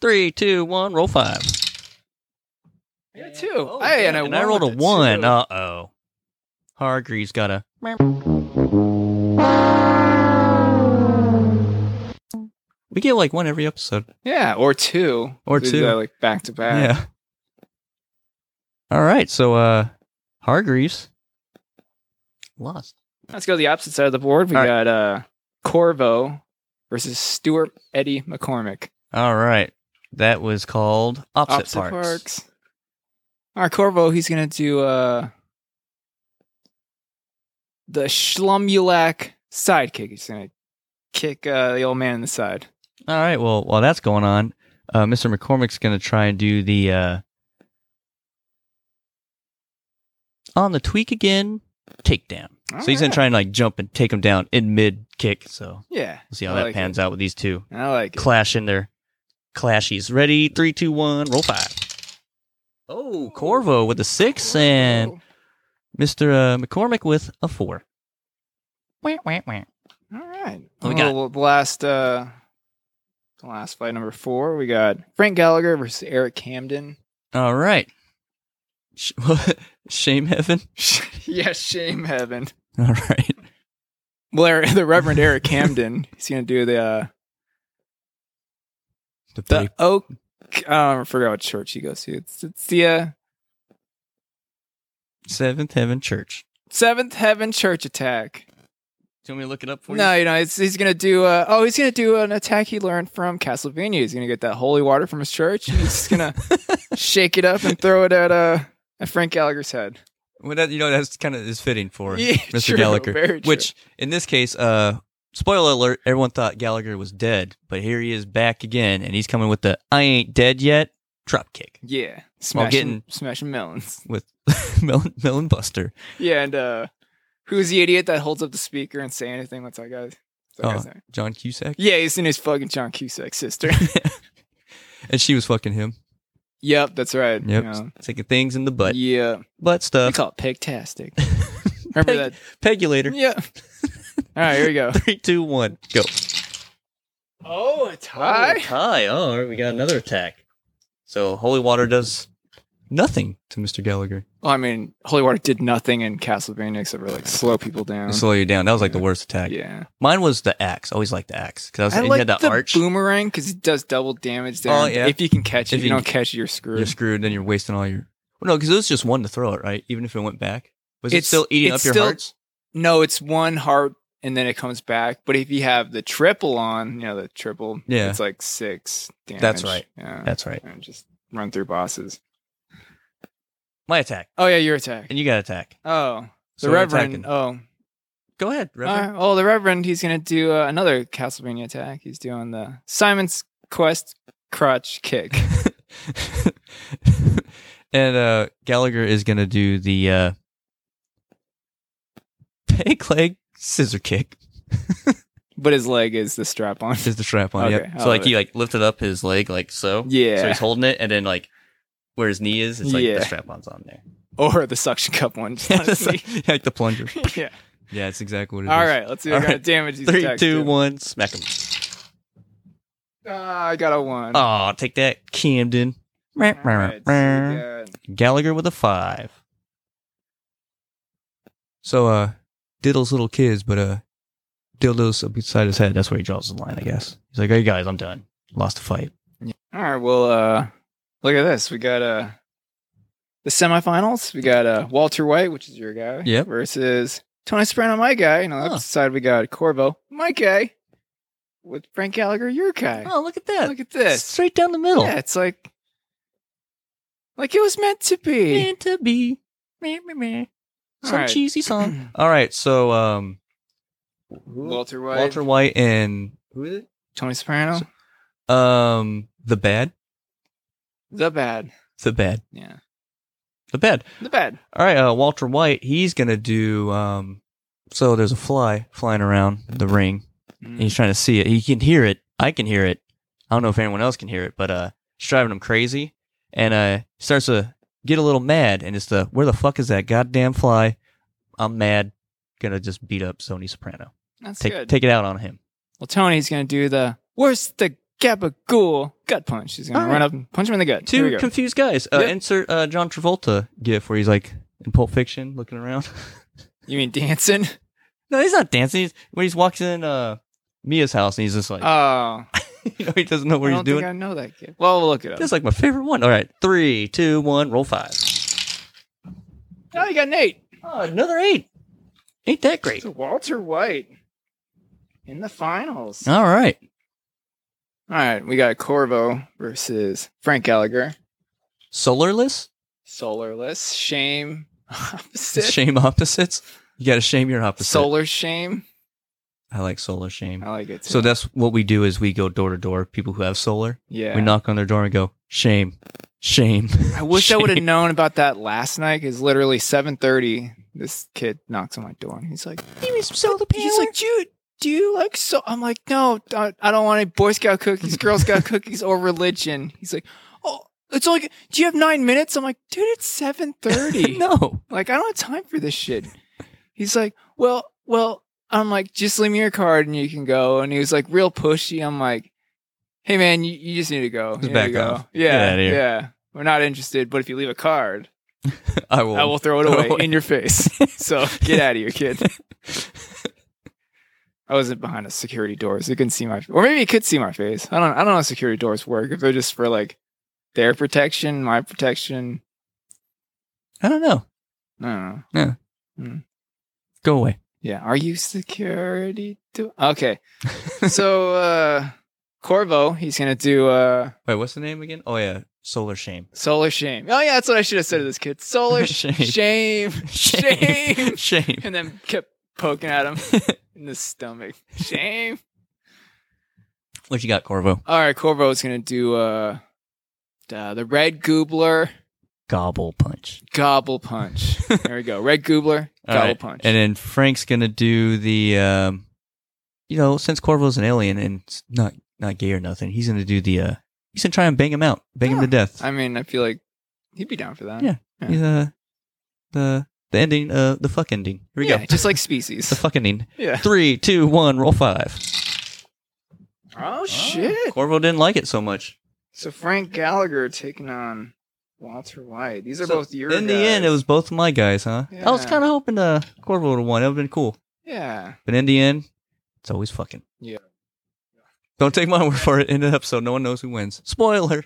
Three, two, one, roll five. Yeah, too. Oh, hey, yeah, and I, won rolled a with it, one. too. Uh oh. Hargreaves got a. We get like one every episode. yeah, or two, Or We do two. that, like back to back. Yeah. All right, so uh Hargreaves lost. Let's go to the opposite side of the board. We All got uh Corvo versus Stuart Eddie McCormick. All right, that was called opposite, parts. All right, Corvo, he's gonna do uh the Schlumulak sidekick. He's gonna kick uh, the old man in the side. All right, well, while that's going on, uh Mr. McCormick's going to try and do the uh on the tweak again takedown. All so he's gonna right. try and like jump and take him down in mid kick. So Yeah, we'll see how I that like pans out with these two I like it. clash in their clashies. Ready, three, two, one, roll five. Oh, Corvo with a six and Mister uh, McCormick with a four. Wah, wah, wah. All right, What we Well, the last uh The last fight, number four, we got Frank Gallagher versus Eric Camden. All right. Sh- Shame heaven. yes, shame heaven. All right. Well, Eric- the Reverend Eric Camden, he's going to do the uh, The the big- Oak. Um, I forgot what church he goes to. It's it's the uh, Seventh Heaven Church. Seventh Heaven Church attack. Do you want me to look it up for No, you? you know, it's, he's gonna do. Uh, oh, he's gonna do an attack he learned from Castlevania. He's gonna get that holy water from his church. And he's just gonna shake it up and throw it at uh at Frank Gallagher's head. Well, that, you know, that's kind of is fitting for Yeah, Mr. true, Gallagher. very true. Which, in this case, uh, spoiler alert, everyone thought Gallagher was dead, but here he is back again, and he's coming with the I ain't dead yet drop kick Yeah, While smashing getting- smashing melons. with Melon, Melon Buster. Yeah, and uh who's the idiot that holds up the speaker and say anything? What's that guy's? what's that Oh. guy's name? John Cusack. Yeah, he's in his fucking John Cusack sister. And she was fucking him. yep, that's right. Yep. uh, You know. Taking things in the butt. Yeah, Butt they stuff. call it pigtastic. Remember that? Pegulator. Yeah. All right, here we go. Three, two, one, go. Oh, a Hi. Hi. Oh, all right, we got another attack. So holy water does nothing to Mr. Gallagher. Well, I mean, Holy Water did nothing in Castlevania except for like slow people down. To slow you down. That was like the worst attack. yeah, Mine was the axe. Always liked the axe because I was I and like you had that the arch. boomerang because it does double damage. There, Oh, yeah. if you can catch it, If if you, you- don't catch it, you're screwed. You're screwed. Then you're wasting all your. Well, no, because it was just one to throw it right. Even if it went back, was it It's- still eating it's up your still- hearts? No, it's one heart and then it comes back. But if you have the triple on, you know, the triple, Yeah. it's like six damage. That's right. Yeah. That's right. and just run through bosses. My attack, Oh, yeah, your attack. and you got attack. Oh, the So we're Reverend. attacking. Oh, Go ahead, Reverend. All right. oh, the Reverend, he's going to do uh, another Castlevania attack. He's doing the Simon's Quest crotch kick. and uh, Gallagher is gonna do the uh, peg leg scissor kick. but his leg is the strap on. Is the strap on? Okay, yep. I So like love he like lifted up his leg like so. So Yeah. he's holding it, and then like where his knee is, it's like Yeah. the strap on's on there. Or the suction cup one. just honestly. like, like the plunger. yeah. Yeah, it's exactly what it is. All right, let's see what All kind right. of damage these Three, attacks two, do. one, smack him. Ah, I got a one. Oh, take that, Camden. Rah, All rah, right, so we rah. got- Gallagher with a five. So, uh, Diddle's little kids, but uh, Dildo's beside his head. That's where he draws the line, I guess. He's like, "Hey guys, I'm done. Lost the fight." All right. Well, uh, look at this. We got uh, the semifinals. We got uh, Walter White, which is your guy, Yep. versus Tony Soprano, my guy. And on the Huh. left side, we got Corvo, my guy, with Frank Gallagher, your guy. Oh, look at that! look at this. Straight down the middle. Yeah, it's like, like it was meant to be. Meant to be. Meh, meh, meh. All Some right. cheesy song. All right, so um, Walter White, Walter White and who is it? Tony Soprano, um, the bad, the bad. the bad, Yeah, the bad. the bad. All right, uh, Walter White, he's gonna do. Um, so there's a fly flying around the ring. Mm, And he's trying to see it. He can hear it. I can hear it. I don't know if anyone else can hear it, but uh, it's driving him crazy. And uh, he starts to get a little mad. And it's the where the fuck is that goddamn fly? I'm mad. Gonna just beat up Sony Soprano. That's Take good. take it out on him. Well, Tony's gonna do the where's the gabagool gut punch. He's gonna All run up and punch him in the gut. Here we Two go. confused guys. Uh, Yep. Insert uh, John Travolta gif where he's like in Pulp Fiction, looking around. You mean dancing? no, he's not dancing. He's, when he's walks in uh, Mia's house, and he's just like, Oh, you know, he doesn't know I what he's don't think doing. I know that kid. Well, we'll look it up. That's like my favorite one. All right, three, two, one, roll five. oh, you got Nate. Oh, another eight. Ain't that great? So Walter White in the finals. All right. All right, we got Corvo versus Frank Gallagher. Solarless? Solarless shame. Opposite. Shame opposites? You gotta shame your opposite. Solar shame. I like solar shame. I like it. Too. So that's what we do is we go door to door, people who have solar. yeah. We knock on their door and go, shame, shame. I wish I would have Shame. known about that last night. Cause literally seven thirty, this kid knocks on my door and he's like, Give me some solar He's like, dude, do you like so? I'm like, no, I I don't want any Boy Scout cookies, Girl Scout cookies, or religion. He's like, oh, it's only. Do you have nine minutes? I'm like, dude, it's seven thirty. no. Like, I don't have time for this shit. He's like, well, well. I'm like, just leave me your card and you can go. And he was like, real pushy. I'm like, hey man, you, you just need to go. Just You need to back go. off. Get Yeah, outta here. yeah. We're not interested, but if you leave a card, I will. I will throw it Throw away away. in your face. so get out of here, kid. I wasn't behind a security door, so you couldn't see my, or maybe you could see my face. I don't, I don't know how security doors work. If they're just for like their protection, my protection, I don't know. I don't know. Go away. Yeah. Are you security? Do- okay. so, uh, Corvo, he's going to do, uh, Wait, what's the name again? Oh yeah, Solar Shame. solar shame. Oh yeah. That's what I should have said to this kid. Solar Shame. shame. Shame. Shame. and then kept poking at him in the stomach. Shame. What you got, Corvo? All right, Corvo's gonna do uh, uh the red goobler Gobble punch. gobble punch. there we go. Red goobler All gobble right. punch. And then Frank's gonna do the, um, you know, since Corvo's an alien and it's not not gay or nothing, he's gonna do the. uh He's gonna try and bang him out, bang him Yeah. to death. I mean, I feel like he'd be down for that. Yeah, He's, uh, the the ending, uh, the fuck ending. Here we Yeah, go. Just like the species. fuck ending. yeah. Three, two, one. Roll five. Oh shit. Corvo didn't like it so much. So Frank Gallagher taking on Walter White. These are So, both your. In the end, it guys. was both my guys, huh? I was Yeah. kind of hoping uh, Corvo would have won. It would have been cool. yeah. But in the end, it's always fucking. Yeah. Don't take my word for it. In the episode, no one knows who wins. Spoiler.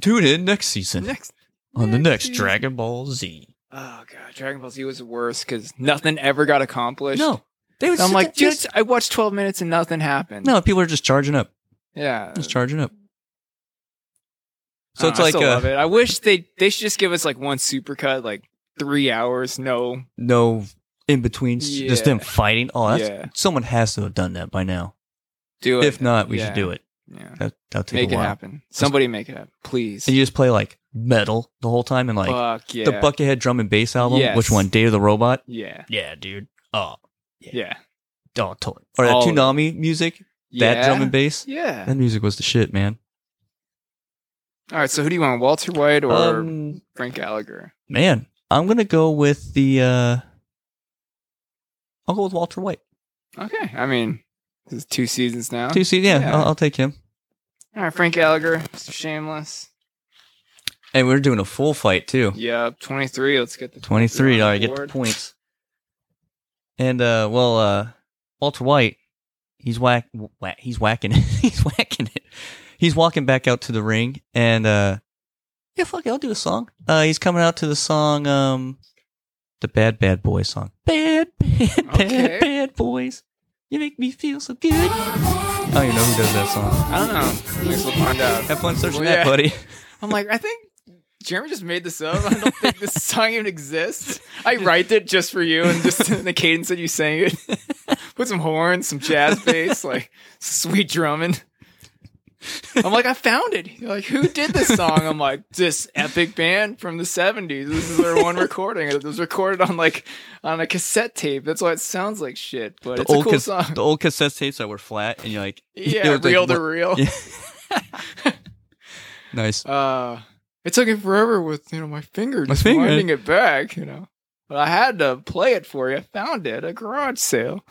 Tune in next season Next. on the next season. Dragon Ball Z. Oh god, Dragon Ball Z was the worst because nothing ever got accomplished. No, they would. So I'm sit like, there- dude, I watched 12 minutes and nothing happened. no, people are just charging up. Yeah. Just charging up. So Uh, it's like I still uh, love it. I wish they they should just give us like one supercut, like three hours. No, no in between, just them fighting. Oh, that's, Yeah. someone has to have done that by now. do it. If not, we Yeah. should do it. yeah, That, that'll take make a it while. happen. Somebody make it happen, please. And you just play like metal the whole time and like Fuck yeah, the Buckethead drum and bass album. Yes. Which one? Day of the Robot. yeah, Yeah, dude. Oh, yeah, oh totally. Or that All of it. Toonami music, that yeah. drum and bass. Yeah. That music was the shit, man. All right. So who do you want, Walter White or Um, Frank Gallagher? man, I'm gonna go with the. uh I'll go with Walter White. Okay. I mean, this is two seasons now. Two C, yeah, Yeah. I'll, I'll take him. All right, Frank Gallagher, Mr. Shameless. And we're doing a full fight too. Yep, 23. Let's get the Twenty on three. All right, get the board. points. And uh, well, uh, Walter White, he's whack, whack he's whacking it, he's whacking it. He's walking back out to the ring, and uh, yeah, fuck it, I'll do a song. Uh, he's coming out to the song, um, the Bad Bad Boy song. Bad Bad Okay. Bad Bad Boys, you make me feel so good. I don't even know who does that song. I don't know. I guess we'll find out. Have fun searching Well, yeah. that, buddy. I'm like, I think Jeremy just made this up. I don't think this song even exists. I write it just for you and just in the cadence that you sang it. Put some horns, some jazz bass, like sweet drumming. I'm like, I found it. You're like, who did this song? I'm like, this epic band from the 70s. This is their one recording. It was recorded on like on a cassette tape. That's why it sounds like shit, but it's a cool cas- song. the old cassette tapes that were flat, and you're like, yeah, it was like, real to what- real. Yeah. nice. uh it took me forever with you know my finger just finger. winding it back you know but i had to play it for you i found it at a garage sale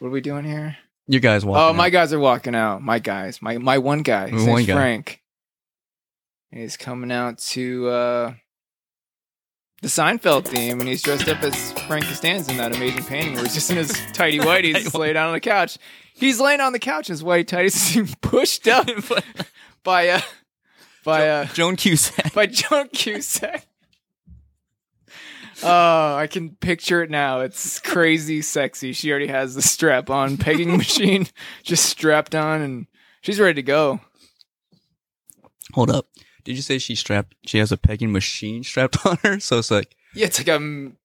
what are we doing here Your guys walking. oh my out. guys are walking out my guys my my one guy his One name's guy. frank And he's coming out to uh the Seinfeld theme, and he's dressed up as Frank Costanza in that amazing painting where he's just in his tidy whities, just laid down on the couch. He's laying on the couch, and his white tighties is being pushed up by uh by uh Joan Cusack. by John Cusack. Oh, I can picture it now. It's crazy sexy. She already has the strap on pegging machine just strapped on and she's ready to go. Hold up. Did you say she strapped? She has a pegging machine strapped on her, so it's like, Yeah, it's like um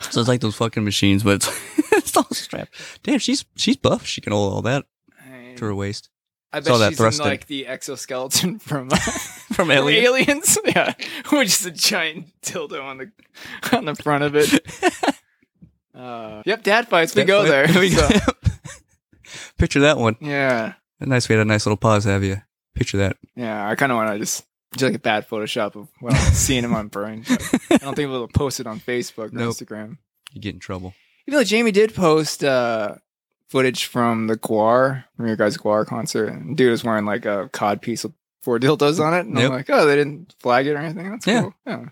so it's like those fucking machines, but it's, it's all strapped. Damn, she's she's buff. She can hold all that I, to her waist I bet saw that she's thrusting. in like the exoskeleton from, uh, from from Elliot. Aliens. Yeah. With just a giant dildo on the on the front of it. Uh, yep, dad fights. We go there. We go. So, Picture that one. yeah. Nice. We had a nice little pause. Have you? Picture that. Yeah, I kind of want to just do like a bad Photoshop of what I'm seeing in my brain. but I don't think we'll post it on Facebook or Nope. Instagram. You get in trouble. Even though Jamie did post uh, footage from the Guar, from your guys' Guar concert. And dude was wearing like a cod piece with four dildos on it. And Yep. I'm like, oh, they didn't flag it or anything. That's Yeah. cool. Yeah.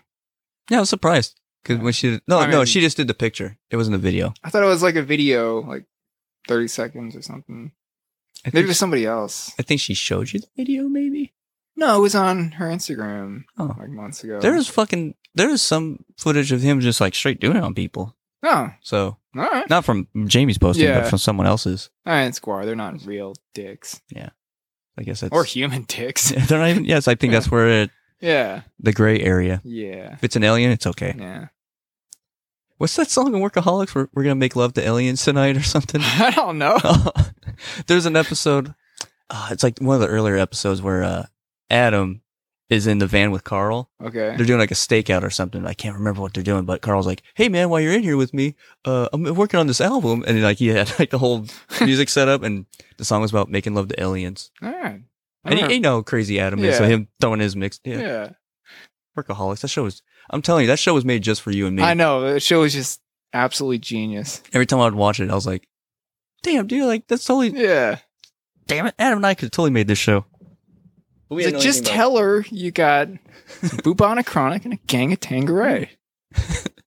Yeah, I was surprised because when she no I no mean- she just did the picture. It wasn't a video. I thought it was like a video, like 30 seconds or something. I think, Maybe it was somebody else. I think she showed you the video. Maybe No, it was on her Instagram Oh. like months ago. there is fucking there is some footage of him just like straight doing it on people. Oh, So all right. not from Jamie's posting, but Yeah. from someone else's. All right, Squire. They're not real dicks I guess that's or human dicks. They're not even. Yes, I think that's where it, yeah. the gray area. Yeah. If it's an alien, it's okay. Yeah. What's that song in Workaholics? We're, we're gonna make love to aliens tonight or something. I don't know. There's an episode. Uh, it's like one of the earlier episodes where uh, Adam is in the van with Carl. Okay. They're doing like a stakeout or something. I can't remember what they're doing, but Carl's like, "Hey man, while you're in here with me, uh, I'm working on this album." And like he had like the whole music set up, and the song was about making love to aliens. All right. And you, you know, crazy Adam is so Uh-huh. Yeah. him throwing his mix. Yeah, yeah. workaholics. That show was. I'm telling you, that show was made just for you and me. I know. The show is just absolutely genius. Every time I'd watch it, I was like, "Damn, dude! Like that's totally. Yeah. Damn it, Adam and I could have totally made this show." But So just tell her you got bubonic chronic and a gang of Tangeray.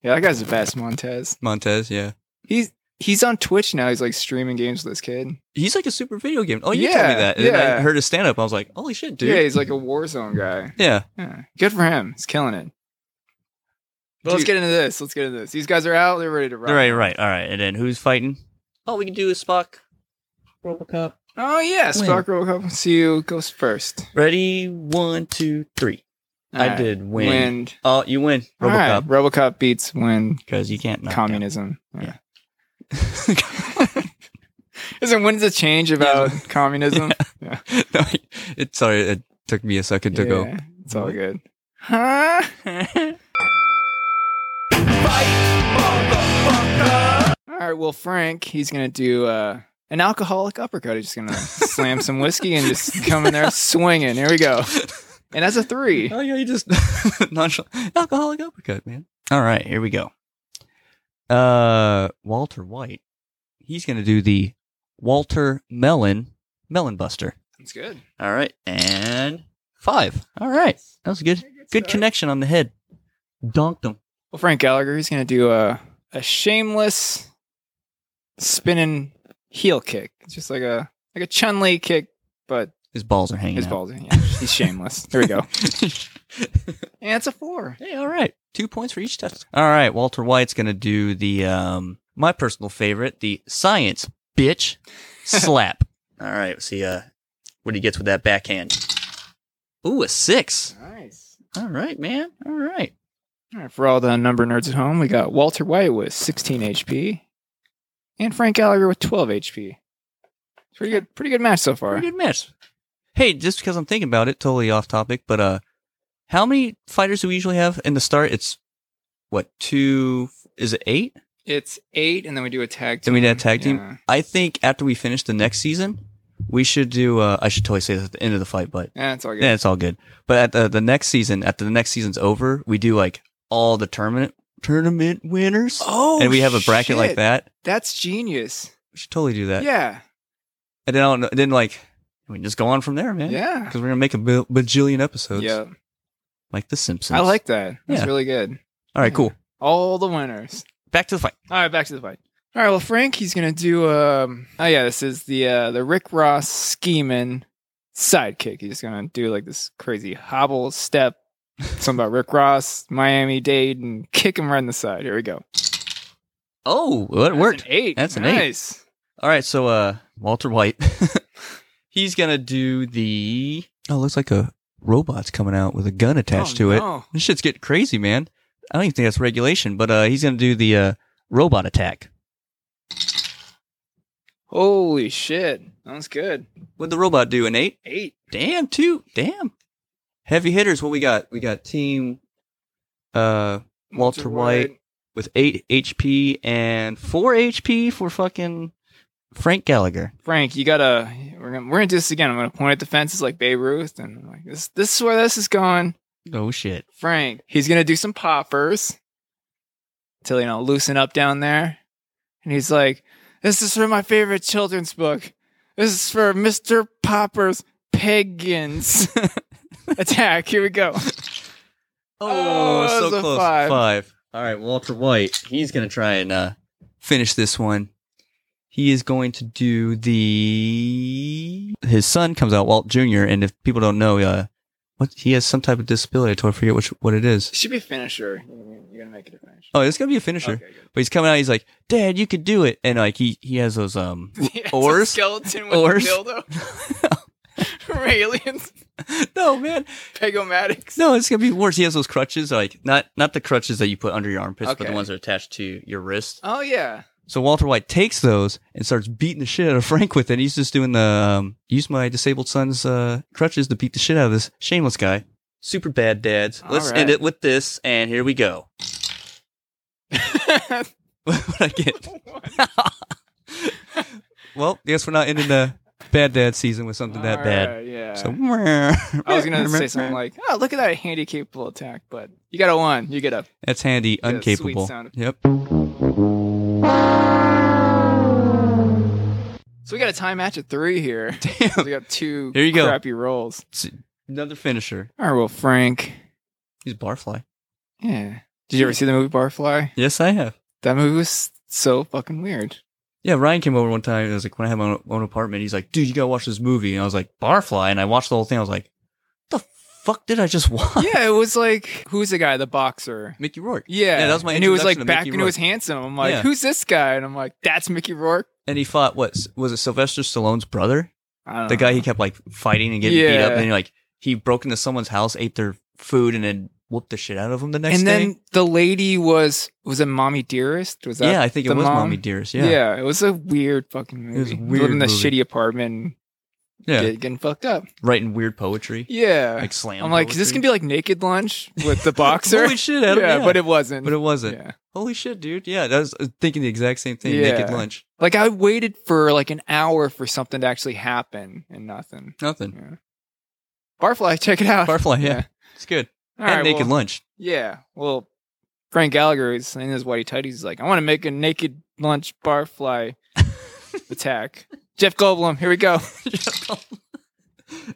yeah, that guy's the best, Montez. Montez, yeah. He's he's on Twitch now. He's like streaming games with this kid. He's like a super video game. Oh, you told me Yeah, that. And then I yeah. heard his stand up. I was like, holy shit, dude. Yeah, he's like a Warzone guy. Yeah. Yeah. Good for him. He's killing it. But let's Dude. get into this. Let's get into this. These guys are out. They're ready to rock. Right, right. All right. And then who's fighting? All we can do is Spock. Robocop. Oh, yeah. Spock Robocop. See who goes first. Ready? One, two, three. I Alright. did win. Wind. Oh, you win. All right, Robocop. Robocop beats Wind. Because you can't. knock communism. Yeah. Yeah. Isn't when's the change about communism? down. no, it, sorry, it took me a second to go. Yeah, It's all good. Huh? All right, well, Frank, he's going to do uh, an alcoholic uppercut. He's just going to slam some whiskey and just come in there swinging. Here we go. And that's a three. Oh yeah, you just nonchalant alcoholic uppercut, man. All right, here we go. Uh, Walter White, he's gonna do the Walter Melon Melon Buster. That's good. All right, and five. All right, that was good. Good connection on the head. Donked him. Well, Frank Gallagher, he's going to do a, a shameless spinning heel kick. It's just like a like a Chun Li kick, but His balls are hanging. his out. balls. in. Yeah, he's shameless. There we go. And it's a four. hey, all right. Two points for each test. All right, Walter White's gonna do the um my personal favorite, the science bitch slap. all right, let's see uh what he gets with that backhand. Ooh, a six. Nice. All right, man. All right. All right, for all the number nerds at home, we got Walter White with 16 HP and Frank Gallagher with 12 HP. Pretty good, pretty good match so far. Pretty good match. Hey, just because I'm thinking about it, totally off topic, but uh how many fighters do we usually have in the start? It's what, two is it eight? It's eight, and then we do a tag team. Then we did a tag team. Yeah. I think after we finish the next season, we should do. Uh, I should totally say this at the end of the fight, but Yeah, it's all good. yeah, it's all good. But at the, the next season, after the next season's over, we do like all the tournament tournament winners, Oh, and we have a bracket like shit. that. That's genius. We should totally do that. Yeah, And then I don't know. Then like we can just go on from there, man. yeah, Because we're gonna make a bil- bajillion episodes. yeah. Like The Simpsons. I like that. That's Yeah. really good. All right, cool. All the winners. Back to the fight. All right, back to the fight. All right, well, Frank, he's gonna do. Um, oh yeah, this is the uh, the Rick Ross scheming sidekick. He's gonna do like this crazy hobble step, something about Rick Ross, Miami Dade, and kick him right in the side. Here we go. Oh, well, it That's worked. An eight. That's an eight. nice. All right, so uh Walter White, he's gonna do the. Oh, looks like a robot's coming out with a gun Oh, attached to it. This shit's getting crazy, man. I don't even think that's regulation, but uh, he's gonna do the uh, robot attack. Holy shit, that was good. What'd the robot do? An eight? Eight. Damn, two. Damn. Heavy hitters. What we got? We got team uh, Walter White with eight HP and four HP for fucking Frank Gallagher. Frank, you gotta. We're gonna we're gonna do this again. I'm gonna point at the fences like Babe Ruth, and I'm like this. This is where this is going. Oh shit. Frank. He's gonna do some poppers till you know loosen up down there, and he's like, This is for my favorite children's book. This is for Mr. Popper's Pagans attack. Here we go. Oh, Oh, so it's a close. five. All right, Walter White. He's gonna try and uh, finish this one. He is going to do the. His son comes out, Walt Jr. And if people don't know, uh, what he has some type of disability. I totally forget which what it is. Should be a finisher. You're gonna make it a finisher. Oh, it's gonna be a finisher. But he's coming out. He's like, Dad, you could do it. And like he he has those um Yeah, it's a Oars? skeleton with Oars? a dildo. From aliens, no man pegomatics. no it's gonna be worse he has those crutches like not not the crutches that you put under your armpits but Okay. the ones that are attached to your wrist Oh yeah, So Walter White takes those and starts beating the shit out of Frank with it. He's just doing the um, use my disabled son's uh, crutches to beat the shit out of this shameless guy. Super bad dads. All Let's right. end it with this, and here we go. what I get? well, guess we're not ending the bad dad season with something that All bad. right, yeah. So I was gonna say something like, "Oh, look at that handy capable attack," but you got a one. You get a that's handy, Yeah, sweet uncapable. sound. Yep. So we got a time match at three here. Damn. We got two Here you go. crappy rolls. Another finisher. All right, well, Frank. He's barfly. Yeah. Did you ever see the movie Barfly? Yes, I have. That movie was so fucking weird. Yeah, Ryan came over one time. It was like when I had my own, own apartment. He's like, "Dude, you gotta watch this movie." And I was like, "Barfly," and I watched the whole thing. I was like, "The fuck did I just watch?" Yeah, it was like who's the guy, the boxer? Mickey Rourke. Yeah, Yeah, that was my And he was introduction like to back Mickey when he was Rourke. handsome. I'm like, Yeah. who's this guy? And I'm like, that's Mickey Rourke. And he fought what s- was it? Sylvester Stallone's brother, I don't the know. guy he kept like fighting and getting beat up, Uh-huh. Yeah. and like he broke into someone's house, ate their food, and then whooped the shit out of them the next And day. then the lady was was it Mommy Dearest? Was that? yeah, I think it the was mom? Mommy Dearest. Yeah, it was a weird fucking movie. It was a Living weird in the movie. shitty apartment, yeah, get- getting fucked up. writing weird poetry, Yeah, like slam. I'm like, this poetry. can be like Naked Lunch with the boxer. Holy shit, yeah, Adam, yeah, but it wasn't. but it wasn't. Yeah. Holy shit, dude. Yeah, that was I was thinking the exact same thing. Yeah. Naked lunch. Like I waited for like an hour for something to actually happen and nothing. Nothing. Yeah. Barfly, check it out. Barfly, yeah. Yeah. It's good. All and right, naked well, lunch. Yeah. Well, Frank Gallagher is in his whitey tighties. He's like, I want to make a naked lunch barfly attack. Jeff Goldblum, here we go.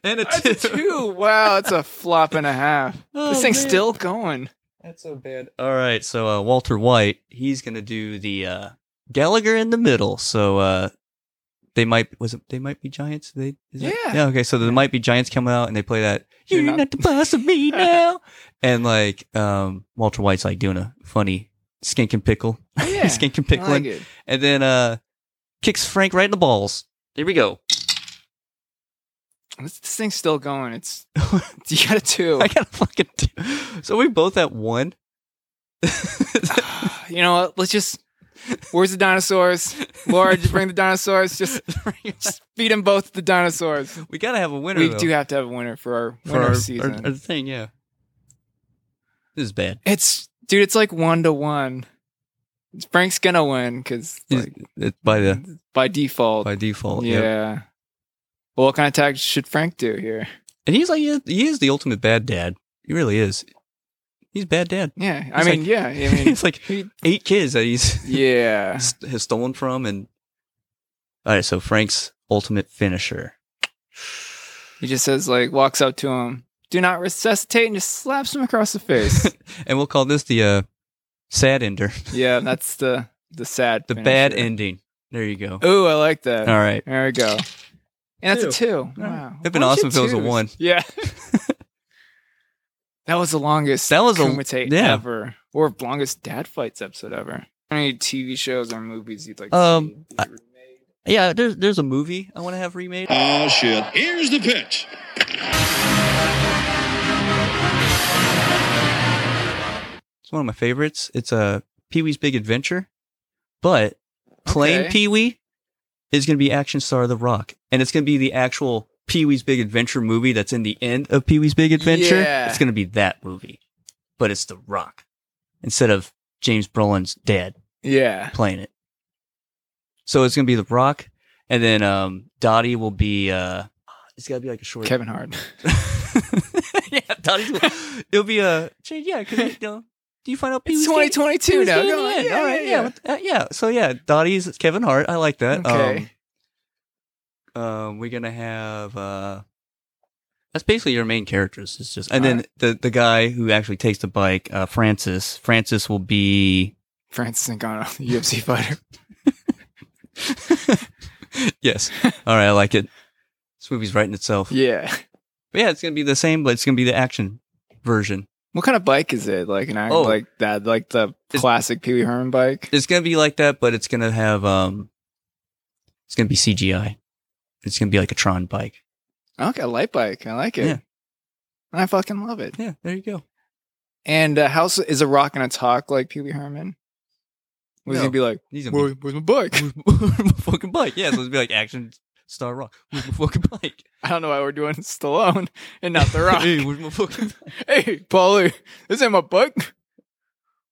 and a That's a two. Wow, that's a flop and a half. Oh, this thing's still going. Oh, That's so bad. All right, so uh, Walter White, he's gonna do the uh, Gallagher in the middle. So uh, they might was it, they might be giants. They is that- Yeah. yeah okay. So there might be giants coming out and they play that. You're, You're not, not- the boss of me now. And like um, Walter White's like doing a funny skink and pickle, Yeah. skink and I pickling, like it. and then uh, kicks Frank right in the balls. Here we go. This, this thing's still going. It's you got a two. I got a fucking two. So we both at one. you know what? Let's just. Where's the dinosaurs? Laura, did you bring the dinosaurs? Just, just feed them both the dinosaurs. we gotta have a winner. We though, do have to have a winner for our for winter our, season. our- our thing. Yeah, this is bad. It's dude, it's like one to one. Frank's gonna win because He's- It's by the by default. by default. uh, yeah. Yeah, Well, what kind of tag should Frank do here? and he's like he is, he is the ultimate bad dad. He really is. He's a bad dad. Yeah, I He's mean, like- yeah, I mean, it's like he- eight kids that he's yeah. st- has stolen from, and all right. So Frank's ultimate finisher. He just says like walks up to him, do not resuscitate, and just slaps him across the face. and we'll call this the uh, sad ender, yeah, that's the the sad, the bad finisher. ending. There you go. Ooh, I like that. All right. There we go. And that's a two. right. Wow. It'd been Why don't awesome you if it was a twos? one. Yeah. that was the longest That was a- Kumite yeah. ever. Or longest dad fights episode ever. How many TV shows or movies you'd like Um, to see? be remade? Yeah, there's there's a movie I want to have remade. Oh, shit. Here's the pitch. It's one of my favorites. It's uh, Pee Wee's Big Adventure, but plain Okay. Pee Wee is going to be action star The Rock, and it's going to be the actual Pee Wee's Big Adventure movie that's in the end of Pee Wee's Big Adventure. Yeah. It's going to be that movie, but it's The Rock instead of James Brolin's dad Yeah. playing it. So it's going to be The Rock, and then um, Dottie will be. Uh, it's got to be like a short. Kevin Hart. yeah, Dottie's. It'll be a change. Yeah, because you know, you find out It's Pee Wee's Gang- 2022 Pee Wee's now. Gang Go on. again. Yeah, All right, yeah, yeah, yeah. Uh, yeah. So yeah, Dottie's Kevin Hart. I like that. Okay. Um, um, we're gonna have. uh That's basically your main characters. It's just, and then the the guy who actually takes the bike, uh, Francis. Francis will be. Francis Ngannou, the UFC fighter. yes. All right, I like it. This movie's writing itself. Yeah. But yeah, it's gonna be the same, but it's gonna be the action version. What kind of bike is it? Like an act- Oh. like that, like the It's- classic Pee Wee Herman bike. It's gonna be like that, but it's gonna have um, it's gonna be CGI. It's gonna be like a Tron bike. Okay, a light bike. I like it. Yeah. I fucking love it. Yeah, there you go. And uh, House is a rock and a talk like Pee Wee Herman. Was No. he be like, He's Where, gonna "Where's my bike?" be Where's my fucking bike. Yeah, so it's be like action star rock. Where's my fucking bike? I don't know why we're doing Stallone and not The Rock. hey, where's my fucking bike? hey, Paulie, this ain't my bike.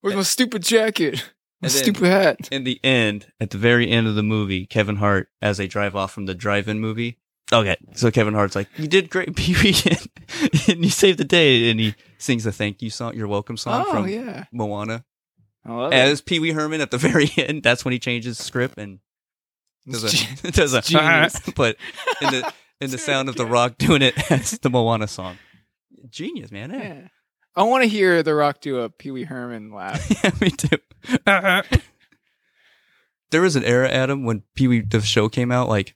Where's my stupid jacket? My And then- stupid hat. In the end, at the very end of the movie, Kevin Hart, as they drive off from the drive-in movie. Okay, so Kevin Hart's like, "You did great, Pee Wee, and- and you saved the day." And he sings the thank you song, your welcome song Oh from yeah, Oh, Moana. I love it. as Pee Wee Herman at the very end. That's when he changes script and does a does a genius. but in the in the sound of the Rock doing it as the Moana song. Genius, man. Yeah, Yeah. I want to hear The Rock do a Pee Wee Herman laugh. yeah me too. Uh-uh. there was an era, Adam, when Pee Wee the show came out. Like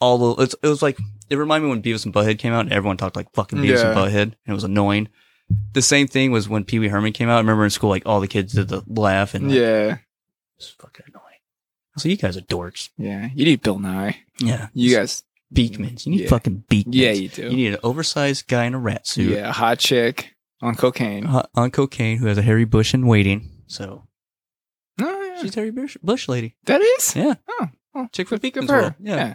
all the it's, it was like it reminded me when Beavis and Butthead came out, and everyone talked like fucking Beavis and Yeah. Butthead, and it was annoying. The same thing was when Pee Wee Herman came out. I remember in school, like all the kids did the laugh, and like, yeah, It's fucking annoying. So you guys are dorks. yeah. You need Bill Nye. Yeah. You guys. Beekmans. You need Yeah. fucking Beekmans. Yeah, you do. You need an oversized guy in a rat suit yeah, a hot chick on cocaine. uh, on cocaine who has a hairy bush and waiting. So Oh, yeah. she's a hairy bush, bush lady. That is. Yeah. Oh, well, Chick from good Beekman's for her. World. Yeah.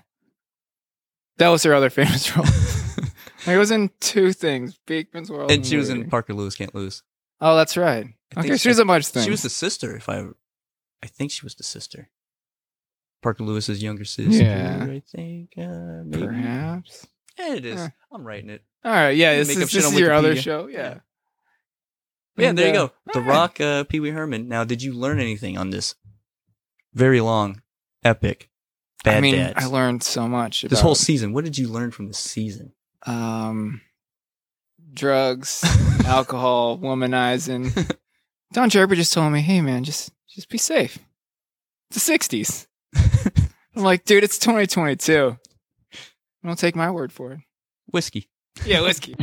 That was her other famous role. Like, it was in two things: Beekman's World, and she was in Waiting. Parker Lewis Can't Lose. Oh, that's right. I think Okay, she was in much things. She was the sister, if I I think she was the sister. Parker Lewis's younger sister. Yeah. I think uh, maybe. perhaps. Yeah, it is. Huh. I'm writing it. All right. Yeah, You this make is, up shit this on is your other Wikipedia. show. Yeah. Yeah, there you And, uh, go. The all right. Rock, uh, Pee Wee Herman. Now, did you learn anything on this very long, epic Bad I mean, Dads? I learned so much. About, this whole season. What did you learn from this season? um, drugs, alcohol, womanizing. Don Draper just told me, "Hey, man, just just be safe." It's the '60s. I'm like, dude, it's 2022. Don't take my word for it. Whiskey. Yeah, whiskey.